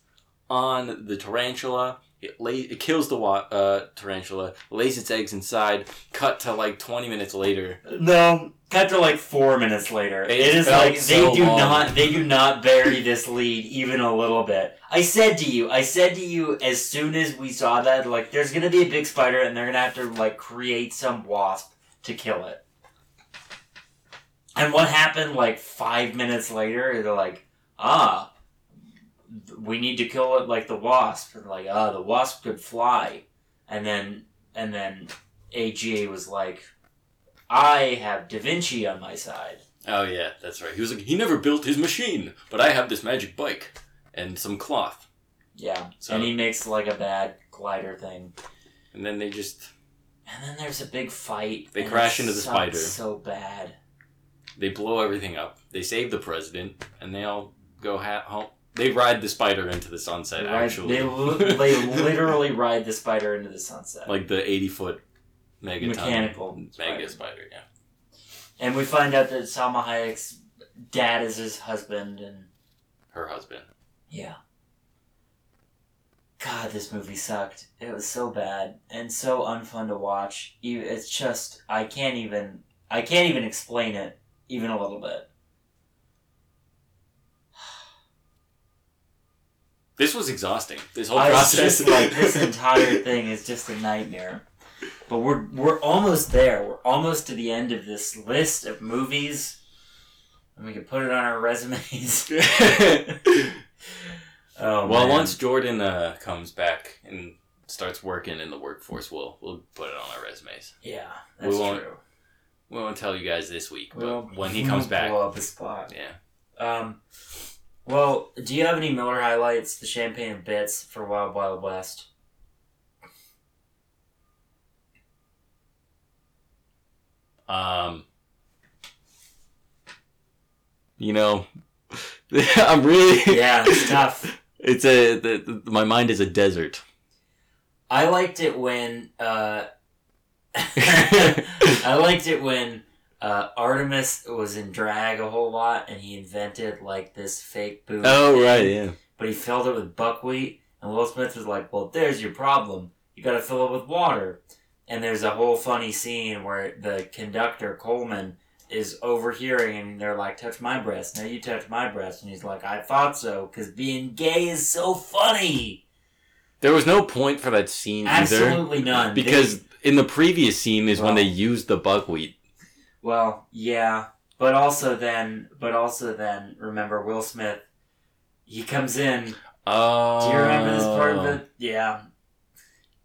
[SPEAKER 1] on the tarantula. It, lay, it kills the wa- uh, tarantula, lays its eggs inside. Cut to like 20 minutes later.
[SPEAKER 2] No, cut to like four minutes later.
[SPEAKER 1] It
[SPEAKER 2] it is
[SPEAKER 1] felt
[SPEAKER 2] like
[SPEAKER 1] so
[SPEAKER 2] they do
[SPEAKER 1] long.
[SPEAKER 2] not they do not bury this lead even a little bit. I said to you, I said to you as soon as we saw that, like there's gonna be a big spider and they're gonna have to like create some wasp to kill it. And what happened like five minutes later? They're like, ah, th- we need to kill it like the wasp. And like, ah, the wasp could fly. And then and then AGA was like, I have Da Vinci on my side.
[SPEAKER 1] Oh, yeah, that's right. He was like, he never built his machine, but I have this magic bike and some cloth.
[SPEAKER 2] Yeah.
[SPEAKER 1] So-
[SPEAKER 2] and he makes like a bad glider thing.
[SPEAKER 1] And then they just,
[SPEAKER 2] And then there's a big fight.
[SPEAKER 1] They
[SPEAKER 2] and
[SPEAKER 1] crash
[SPEAKER 2] it
[SPEAKER 1] into the
[SPEAKER 2] sucks
[SPEAKER 1] spider.
[SPEAKER 2] So bad.
[SPEAKER 1] they blow everything up. They save the president, and they all go ha- home. They ride the spider into the sunset,
[SPEAKER 2] They ride-
[SPEAKER 1] actually.
[SPEAKER 2] They, li- they literally ride the spider into the sunset.
[SPEAKER 1] like the 80 foot megaton.
[SPEAKER 2] Mechanical
[SPEAKER 1] Mega
[SPEAKER 2] spider.
[SPEAKER 1] spider, yeah.
[SPEAKER 2] And we find out that Salma Hayek's dad is his husband, and
[SPEAKER 1] Her husband.
[SPEAKER 2] yeah. God, this movie sucked. It was so bad and so unfun to watch. E- It's just I can't even I can't even explain it even a little bit.
[SPEAKER 1] This was exhausting. This whole
[SPEAKER 2] I was
[SPEAKER 1] Oh, process.
[SPEAKER 2] just like, this entire thing is just a nightmare. But we're we're almost there. We're almost to the end of this list of movies, and we can put it on our resumes. Oh,
[SPEAKER 1] well,
[SPEAKER 2] man.
[SPEAKER 1] once Jordan uh, comes back and starts working in the workforce, we'll we'll put it on our resumes.
[SPEAKER 2] yeah,
[SPEAKER 1] We
[SPEAKER 2] that's
[SPEAKER 1] won't-
[SPEAKER 2] true.
[SPEAKER 1] We won't tell you guys this week,
[SPEAKER 2] We won't-
[SPEAKER 1] but when he
[SPEAKER 2] we
[SPEAKER 1] comes
[SPEAKER 2] won't
[SPEAKER 1] back,
[SPEAKER 2] blow up his spot.
[SPEAKER 1] yeah.
[SPEAKER 2] Um, well, do you have any Miller highlights? The champagne of bits for Wild Wild West.
[SPEAKER 1] Um, you know, I'm really
[SPEAKER 2] Yeah, it's tough.
[SPEAKER 1] It's a the, the, my mind is a desert.
[SPEAKER 2] I liked it when uh, I liked it when uh, Artemis was in drag a whole lot, and he invented like this fake boot.
[SPEAKER 1] Oh right, yeah.
[SPEAKER 2] But he filled it with buckwheat, and Will Smith was like, "Well, there's your problem. You got to fill it with water." And there's a whole funny scene where the conductor Coleman is overhearing, and they're like, "Touch my breast." No, you touch my breast, and he's like, "I thought so, because being gay is so funny."
[SPEAKER 1] There was no point for that scene either
[SPEAKER 2] Absolutely none. They-
[SPEAKER 1] because in the previous scene is when
[SPEAKER 2] Well.
[SPEAKER 1] they used the buckwheat.
[SPEAKER 2] Well, yeah, but also then, but also then, remember Will Smith? He comes in.
[SPEAKER 1] Oh,
[SPEAKER 2] Do you remember this part of it? Yeah.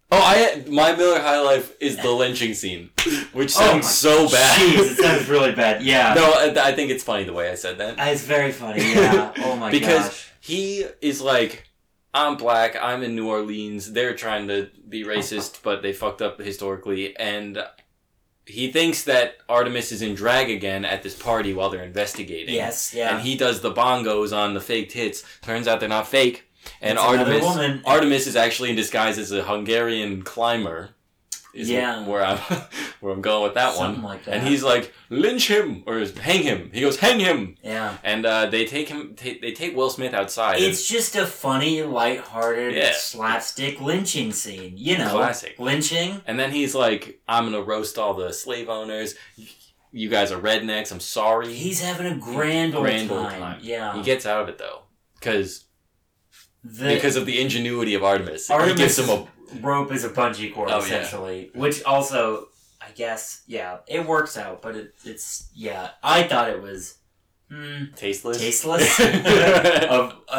[SPEAKER 1] Oh, I my Miller High Life is the lynching scene, which
[SPEAKER 2] Oh
[SPEAKER 1] sounds
[SPEAKER 2] my
[SPEAKER 1] so bad.
[SPEAKER 2] Jeez, it sounds really bad. Yeah, Uh,
[SPEAKER 1] no, I, I think it's funny the way I said that.
[SPEAKER 2] it's very funny. Yeah. Oh my
[SPEAKER 1] Because-
[SPEAKER 2] gosh.
[SPEAKER 1] he is like i'm black i'm in new orleans they're trying to be racist but they fucked up historically and he thinks that artemis is in drag again at this party while they're investigating
[SPEAKER 2] Yes. Yeah.
[SPEAKER 1] and he does the bongos on the fake tits turns out they're not fake and
[SPEAKER 2] It's another
[SPEAKER 1] artemis
[SPEAKER 2] woman.
[SPEAKER 1] artemis is actually in disguise as a hungarian climber is
[SPEAKER 2] Yeah.
[SPEAKER 1] where i'm where i'm going with that
[SPEAKER 2] Something
[SPEAKER 1] one
[SPEAKER 2] like that.
[SPEAKER 1] and he's like lynch him or hang him he goes hang him
[SPEAKER 2] yeah.
[SPEAKER 1] and uh, they take him. ta they take Will Smith outside.
[SPEAKER 2] It's just a funny, lighthearted
[SPEAKER 1] Yeah.
[SPEAKER 2] slapstick lynching scene. You know,
[SPEAKER 1] Classic.
[SPEAKER 2] lynching.
[SPEAKER 1] and then he's like, "I'm gonna roast all the slave owners. You guys are rednecks. I'm sorry."
[SPEAKER 2] He's having a grand old,
[SPEAKER 1] Grand old
[SPEAKER 2] time.
[SPEAKER 1] time.
[SPEAKER 2] Yeah.
[SPEAKER 1] he gets out of it though, because
[SPEAKER 2] The-
[SPEAKER 1] because of the ingenuity of Artemis.
[SPEAKER 2] Artemis
[SPEAKER 1] he gives him
[SPEAKER 2] is-
[SPEAKER 1] a
[SPEAKER 2] rope is a bungee cord
[SPEAKER 1] Oh, yeah.
[SPEAKER 2] essentially, which also I guess yeah it works out, but it, it's yeah I thought it was hmm,
[SPEAKER 1] tasteless.
[SPEAKER 2] tasteless. of, of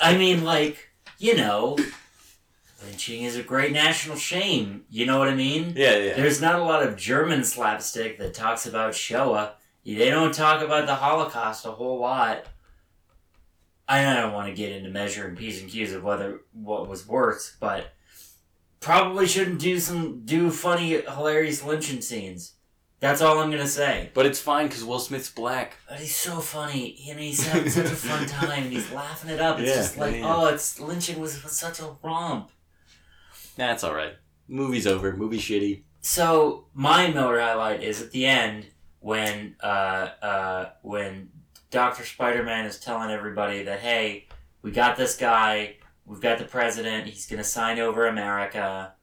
[SPEAKER 2] I mean like you know, lynching is a great national shame. You know what I mean?
[SPEAKER 1] yeah, yeah.
[SPEAKER 2] There's not a lot of German slapstick that talks about Shoah. They don't talk about the Holocaust a whole lot. I don't want to get into measuring p's and q's of whether what was worse, but probably shouldn't do some do funny, hilarious lynching scenes. That's all I'm gonna say.
[SPEAKER 1] But it's fine because Will Smith's black.
[SPEAKER 2] But he's so funny, and he's having such a fun time, and he's laughing it up. It's
[SPEAKER 1] Yeah,
[SPEAKER 2] just like,
[SPEAKER 1] yeah, yeah.
[SPEAKER 2] oh, it's lynching was, was such a romp.
[SPEAKER 1] That's all right. Movie's over. Movie shitty.
[SPEAKER 2] So my Miller highlight is at the end when uh, uh, when Doctor Spider Man is telling everybody that hey, we got this guy, we've got the president, he's gonna sign over America,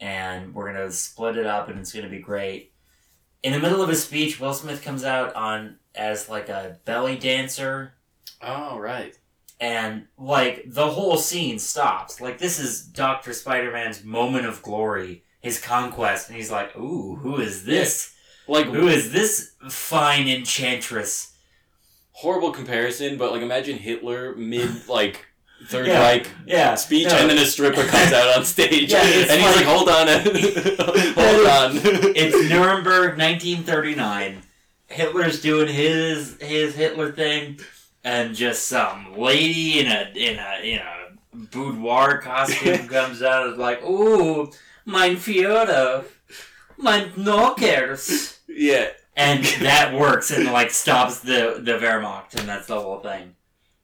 [SPEAKER 2] and we're gonna split it up, and it's gonna be great. In the middle of his speech, Will Smith comes out on as like a belly dancer,
[SPEAKER 1] Oh right.
[SPEAKER 2] and like the whole scene stops. Like this is Doctor Spider Man's moment of glory, his conquest, and he's like, "Ooh, who is this?
[SPEAKER 1] Like
[SPEAKER 2] Who is this fine enchantress?"
[SPEAKER 1] horrible comparison, but like imagine Hitler mid like Third
[SPEAKER 2] Yeah.
[SPEAKER 1] Reich
[SPEAKER 2] Yeah,
[SPEAKER 1] speech
[SPEAKER 2] no.
[SPEAKER 1] and then a stripper comes out on stage
[SPEAKER 2] Yeah,
[SPEAKER 1] and
[SPEAKER 2] it's
[SPEAKER 1] he's like,
[SPEAKER 2] like-
[SPEAKER 1] hold on hold on
[SPEAKER 2] it's Nuremberg, nineteen thirty nine. Hitler's doing his his Hitler thing, and just some lady in a in a in a boudoir costume comes out and is like, "Ooh, mein Führer, mein Knockers."
[SPEAKER 1] yeah
[SPEAKER 2] and that works and like stops the the Wehrmacht, and that's the whole thing.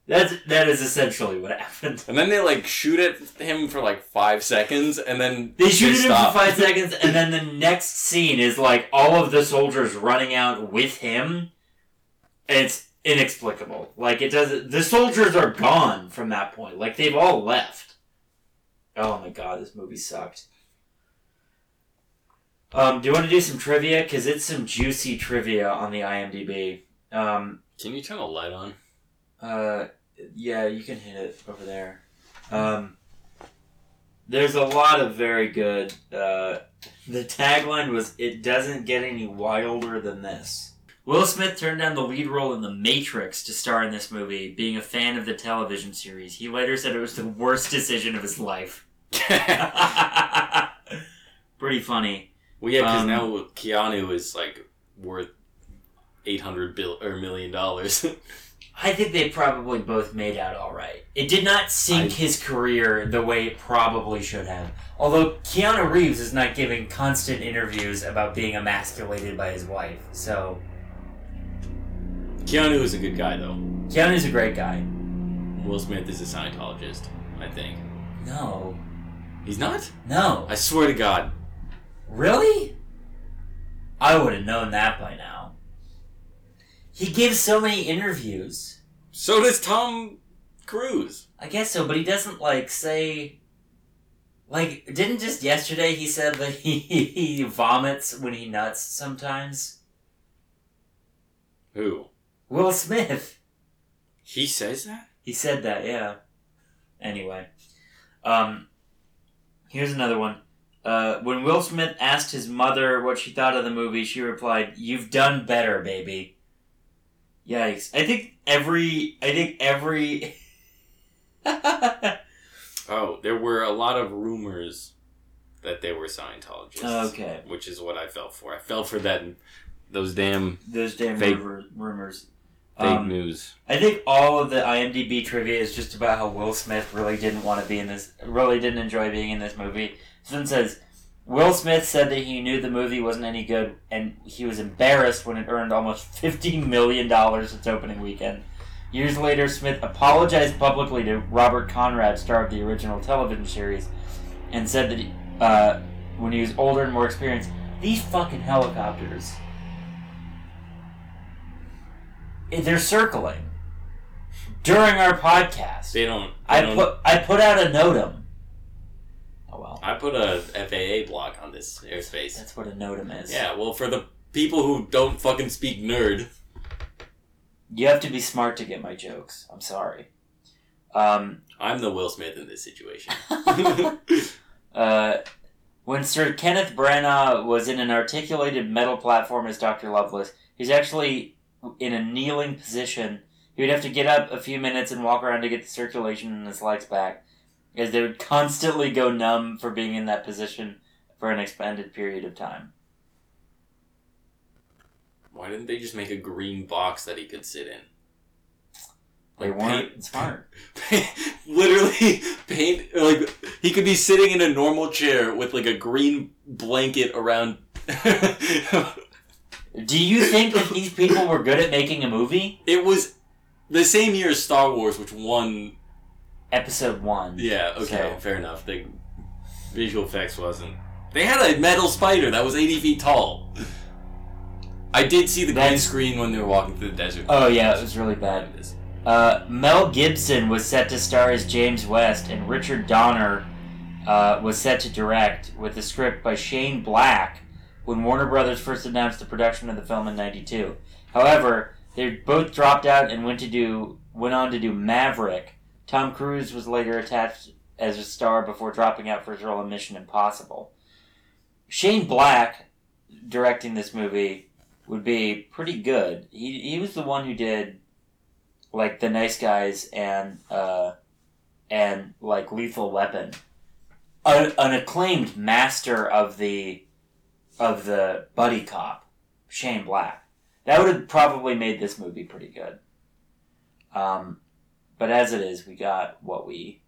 [SPEAKER 2] That's that is essentially what happened.
[SPEAKER 1] and then they like shoot at him for like five seconds and then
[SPEAKER 2] They shoot at him
[SPEAKER 1] stop.
[SPEAKER 2] for five seconds, and then the next scene is like all of the soldiers running out with him. And it's inexplicable. Like it doesn't. The soldiers are gone from that point. Like they've all left. Oh my god, this movie sucked. Um, do you want to do some trivia? Cause it's some juicy trivia on the IMDb. Um,
[SPEAKER 1] can you turn the light on
[SPEAKER 2] Uh, yeah, you can hit it over there. Um, there's a lot of very good. Uh, the tagline was "It doesn't get any wilder than this."
[SPEAKER 4] Will Smith turned down the lead role in The Matrix to star in this movie, being a fan of the television series. He later said it was the worst decision of his life. Pretty funny.
[SPEAKER 1] Well, yeah, because
[SPEAKER 4] Um,
[SPEAKER 1] now Keanu is like worth eight hundred bill or million dollars.
[SPEAKER 4] I think they probably both made out all right. It did not sink
[SPEAKER 1] I-
[SPEAKER 4] his career the way it probably should have. Although Keanu Reeves is not giving constant interviews about being emasculated by his wife, so
[SPEAKER 1] Keanu is a good guy though.
[SPEAKER 4] Keanu's a great guy.
[SPEAKER 1] Will Smith is a Scientologist, I think.
[SPEAKER 4] No,
[SPEAKER 1] He's not.
[SPEAKER 4] no,
[SPEAKER 1] I swear to God.
[SPEAKER 4] really? I would have known that by now. He gives so many interviews.
[SPEAKER 1] So does Tom Cruise.
[SPEAKER 4] I guess so, but he doesn't like say. Like, didn't just yesterday he said that he, he vomits when he nuts sometimes?
[SPEAKER 1] Who?
[SPEAKER 4] Will Smith.
[SPEAKER 1] He says that.
[SPEAKER 4] He said that, yeah. Anyway, um,
[SPEAKER 2] Here's another one.
[SPEAKER 4] uh, when Will Smith asked his mother what she thought of the movie, she replied, "You've done better, baby."
[SPEAKER 2] Yikes! I think every. I think every.
[SPEAKER 1] Oh, there were a lot of rumors that they were Scientologists,
[SPEAKER 2] Oh, okay.
[SPEAKER 1] which is what I fell for. I fell for that. Those damn
[SPEAKER 2] Those damn
[SPEAKER 1] Fake-
[SPEAKER 2] rumor- rumors.
[SPEAKER 1] fake
[SPEAKER 2] Um,
[SPEAKER 1] news.
[SPEAKER 2] I think all of the IMDb trivia is just about how Will Smith really didn't want to be in this, really didn't enjoy being in this movie. Someone says, Will Smith said that he knew the movie wasn't any good and he was embarrassed when it earned almost $50 million its opening weekend. Years later, Smith apologized publicly to Robert Conrad, star of the original television series, and said that he, uh, when he was older and more experienced, these fucking helicopters. eh, They're circling during our podcast.
[SPEAKER 1] They don't. They
[SPEAKER 2] I
[SPEAKER 1] don't
[SPEAKER 2] put I put out a notum. Oh well,
[SPEAKER 1] I put a FAA block on this airspace.
[SPEAKER 2] that's what a notum is.
[SPEAKER 1] Yeah, well, for the people who don't fucking speak nerd,
[SPEAKER 2] You have to be smart to get my jokes. I'm sorry. Um,
[SPEAKER 1] I'm the Will Smith in this situation.
[SPEAKER 2] uh, when Sir Kenneth Branagh was in an articulated metal platform as Doctor Lovelace, he's actually in a kneeling position. He would have to get up a few minutes and walk around to get the circulation in his legs back, as they would constantly go numb for being in that position for an expanded period of time.
[SPEAKER 1] Why didn't they just make a green box that he could sit in?
[SPEAKER 2] They
[SPEAKER 1] Like,
[SPEAKER 2] weren't smart.
[SPEAKER 1] paint- literally paint like he could be sitting in a normal chair with like a green blanket around.
[SPEAKER 2] Do you think that these people were good at making a movie?
[SPEAKER 1] it was the same year as Star Wars, which won.
[SPEAKER 2] Episode one.
[SPEAKER 1] Yeah, okay,
[SPEAKER 2] So-
[SPEAKER 1] fair enough. The visual effects wasn't. They had a metal spider that was eighty feet tall. I did see the green
[SPEAKER 2] That's-
[SPEAKER 1] screen when they were walking through the desert.
[SPEAKER 2] Oh yeah, it was really bad. Uh, Mel Gibson was set to star as James West, and Richard Donner uh, was set to direct with the script by Shane Black when Warner Brothers first announced the production of the film in '92. However, they both dropped out and went to do went on to do Maverick. Tom Cruise was later attached as a star before dropping out for his role in Mission Impossible. Shane Black directing this movie would be pretty good. He he was the one who did like the nice guys and uh and like lethal weapon an, an acclaimed master of the of the buddy cop shane black that would have probably made this movie pretty good um but as it is we got what we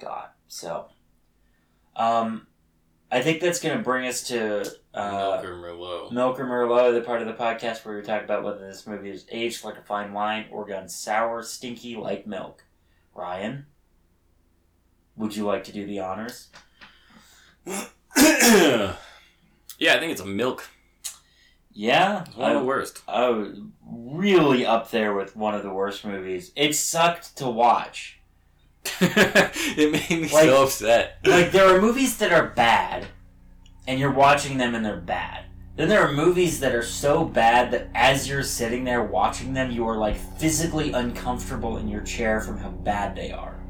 [SPEAKER 2] got so um i think that's gonna bring us to uh
[SPEAKER 1] Malcolm Merlot.
[SPEAKER 2] Milk or Merlot, the part of the podcast where we talk about whether this movie is aged like a fine wine or gone sour, stinky like milk. Ryan, would you like to do the honors?
[SPEAKER 1] yeah, I think it's a milk.
[SPEAKER 2] Yeah,
[SPEAKER 1] It's one of the
[SPEAKER 2] I,
[SPEAKER 1] worst.
[SPEAKER 2] I was really up there with one of the worst movies. It sucked to watch.
[SPEAKER 1] it made me
[SPEAKER 2] Like-
[SPEAKER 1] so upset.
[SPEAKER 2] like there are movies that are bad and you're watching them and they're bad then there are movies that are so bad that as you're sitting there watching them you are like physically uncomfortable in your chair from how bad they are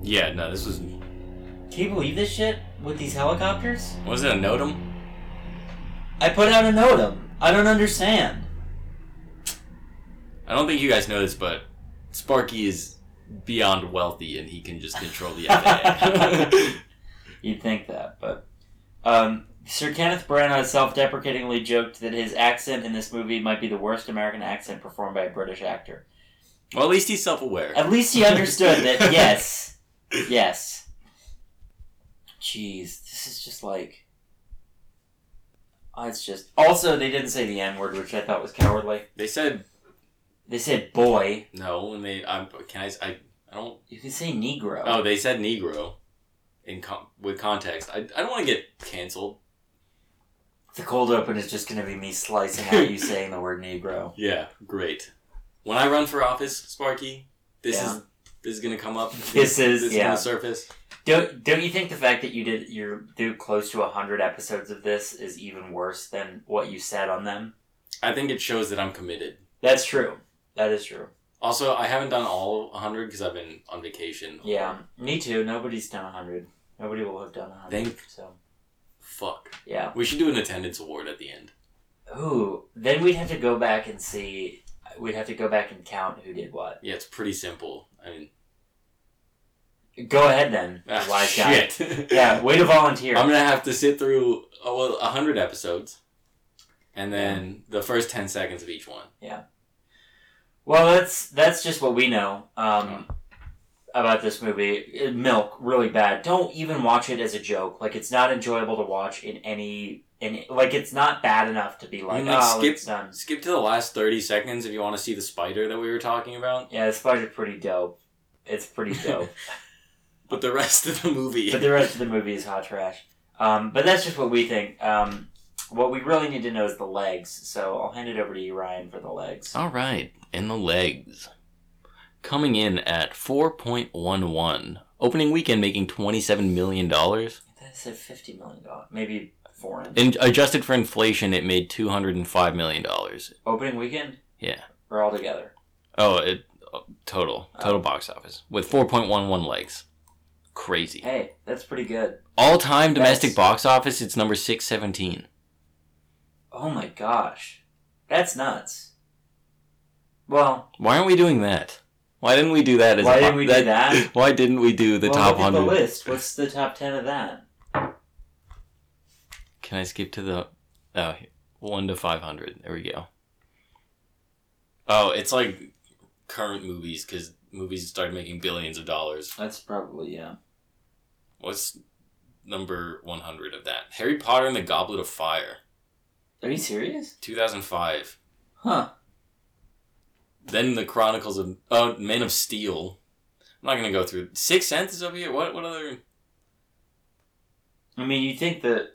[SPEAKER 1] Yeah, no, this was.
[SPEAKER 2] Can you believe this shit with these helicopters?
[SPEAKER 1] Was it a notum?
[SPEAKER 2] I put out a notum. I don't understand.
[SPEAKER 1] I don't think you guys know this, but Sparky is beyond wealthy and he can just control the FAA.
[SPEAKER 2] You'd think that, but um, Sir Kenneth Branagh self-deprecatingly joked that his accent in this movie might be the worst American accent performed by a British actor.
[SPEAKER 1] well, at least he's self aware.
[SPEAKER 2] At least he understood that. Yes, yes. Jeez, this is just like. Oh, it's just. Also, they didn't say the N word, which I thought was cowardly.
[SPEAKER 1] They said
[SPEAKER 2] They said boy.
[SPEAKER 1] no, and they. I, can I, s- I? I don't.
[SPEAKER 2] You can say Negro.
[SPEAKER 1] Oh, they said Negro, in con with context. I, I don't want to get canceled.
[SPEAKER 2] The cold open is just going to be me slicing out you saying the word Negro.
[SPEAKER 1] Yeah, great. When I run for office, Sparky, this
[SPEAKER 2] Yeah.
[SPEAKER 1] is this is gonna come up.
[SPEAKER 2] This is-
[SPEAKER 1] this
[SPEAKER 2] yeah.
[SPEAKER 1] gonna surface.
[SPEAKER 2] Don't don't you think the fact that you did you're do close to hundred episodes of this is even worse than what you said on them?
[SPEAKER 1] I think it shows that I'm committed.
[SPEAKER 2] That's true. That is true.
[SPEAKER 1] Also, I haven't done all 100 because I've been on vacation.
[SPEAKER 2] Yeah, me too. Nobody's done hundred. Nobody will have done hundred.
[SPEAKER 1] Thank-
[SPEAKER 2] so.
[SPEAKER 1] Fuck.
[SPEAKER 2] Yeah.
[SPEAKER 1] We should do an attendance award at the end.
[SPEAKER 2] Ooh. Then we'd have to go back and see. We'd have to go back and count who did what.
[SPEAKER 1] Yeah, it's pretty simple. I mean,
[SPEAKER 2] Go ahead then,
[SPEAKER 1] ah,
[SPEAKER 2] wise guy.
[SPEAKER 1] shit.
[SPEAKER 2] Yeah, way to volunteer.
[SPEAKER 1] I'm gonna have to sit through oh, well, 100 episodes, and then the first 10 seconds of each one.
[SPEAKER 2] Well, that's that's just what we know um, about this movie. Uh, Milk, really bad. Don't even watch it as a joke. Like it's not enjoyable to watch in any in like it's not bad enough to be like,
[SPEAKER 1] mean, like,
[SPEAKER 2] oh,
[SPEAKER 1] skip-
[SPEAKER 2] it's done.
[SPEAKER 1] Skip to the last 30 seconds if you want to see the spider that we were talking about.
[SPEAKER 2] Yeah, the spider's pretty dope. It's pretty dope.
[SPEAKER 1] But the rest of the movie,
[SPEAKER 2] but the rest of the movie is hot trash. Um, but that's just what we think. Um, what we really need to know is the legs. So I'll hand it over to you, Ryan, for the legs.
[SPEAKER 1] All right, and the legs. Coming in at 4.11. Opening weekend making $27 million.
[SPEAKER 2] I thought it said fifty million dollars, maybe foreign.
[SPEAKER 1] And adjusted for inflation, it made $205 million.
[SPEAKER 2] Opening weekend
[SPEAKER 1] Yeah.
[SPEAKER 2] or all together.
[SPEAKER 1] Oh, it, total. Total box office. With 4.11 legs. Crazy.
[SPEAKER 2] Hey, that's pretty good.
[SPEAKER 1] All time domestic
[SPEAKER 2] That's-
[SPEAKER 1] box office, it's number 617.
[SPEAKER 2] Oh my gosh. That's nuts. Well,
[SPEAKER 1] Why aren't we doing that? Why didn't we do that? As
[SPEAKER 2] Why
[SPEAKER 1] a, po-
[SPEAKER 2] didn't we do that?
[SPEAKER 1] Why didn't we do the
[SPEAKER 2] well,
[SPEAKER 1] top
[SPEAKER 2] look at the
[SPEAKER 1] 100?
[SPEAKER 2] list. What's the top 10 of that?
[SPEAKER 1] Can I skip to the oh, 1 to 500? There we go. Oh, it's like current movies because movies started making billions of dollars.
[SPEAKER 2] That's probably, yeah.
[SPEAKER 1] What's number 100 of that? Harry Potter and the Goblet of Fire,
[SPEAKER 2] Are you serious?
[SPEAKER 1] 2005.
[SPEAKER 2] Huh.
[SPEAKER 1] Then the Chronicles of oh, Men of Steel. I'm not gonna go through. Sixth Sense is over here. What what other?
[SPEAKER 2] I mean, you think that.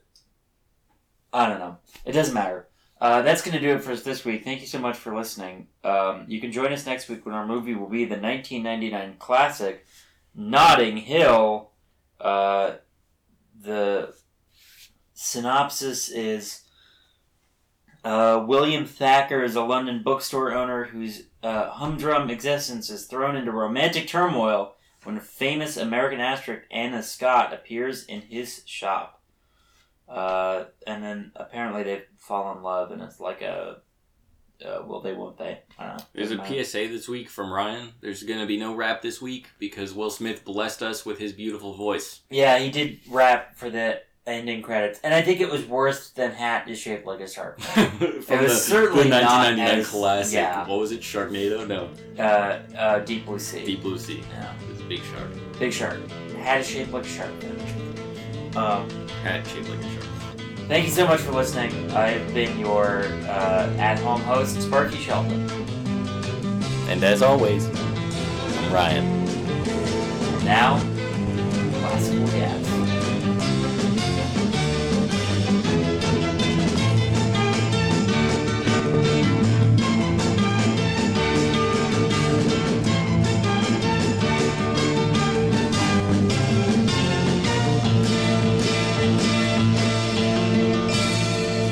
[SPEAKER 2] I don't know. It doesn't matter. Uh, that's going to do it for us this week. Thank you so much for listening. Um, you can join us next week when our movie will be the 1999 classic Notting Hill. Uh, the synopsis is uh, William Thacker is a London bookstore owner whose uh, humdrum existence is thrown into romantic turmoil when famous American astronaut Anna Scott appears in his shop. Uh, and then apparently they fall in love, and it's like a uh, will they, won't they? I don't know.
[SPEAKER 1] There's a
[SPEAKER 2] Doesn't matter.
[SPEAKER 1] PSA this week from Ryan. There's gonna be no rap this week because Will Smith blessed us with his beautiful voice.
[SPEAKER 2] Yeah, he did rap for the ending credits, and I think it was worse than "Hat is shaped like a shark."
[SPEAKER 1] from
[SPEAKER 2] was certainly not
[SPEAKER 1] 1999
[SPEAKER 2] as-
[SPEAKER 1] classic.
[SPEAKER 2] yeah.
[SPEAKER 1] What was it? Sharknado? No,
[SPEAKER 2] Uh, uh, Deep Blue Sea.
[SPEAKER 1] Deep Blue Sea.
[SPEAKER 2] Yeah.
[SPEAKER 1] It was a big shark.
[SPEAKER 2] Big shark. Hat is shaped like a shark. Um,
[SPEAKER 1] Hat shaped like a shark.
[SPEAKER 2] thank you so much for listening. I've been your uh, at-home host, Sparky Shelton.
[SPEAKER 1] And as always, I'm Ryan.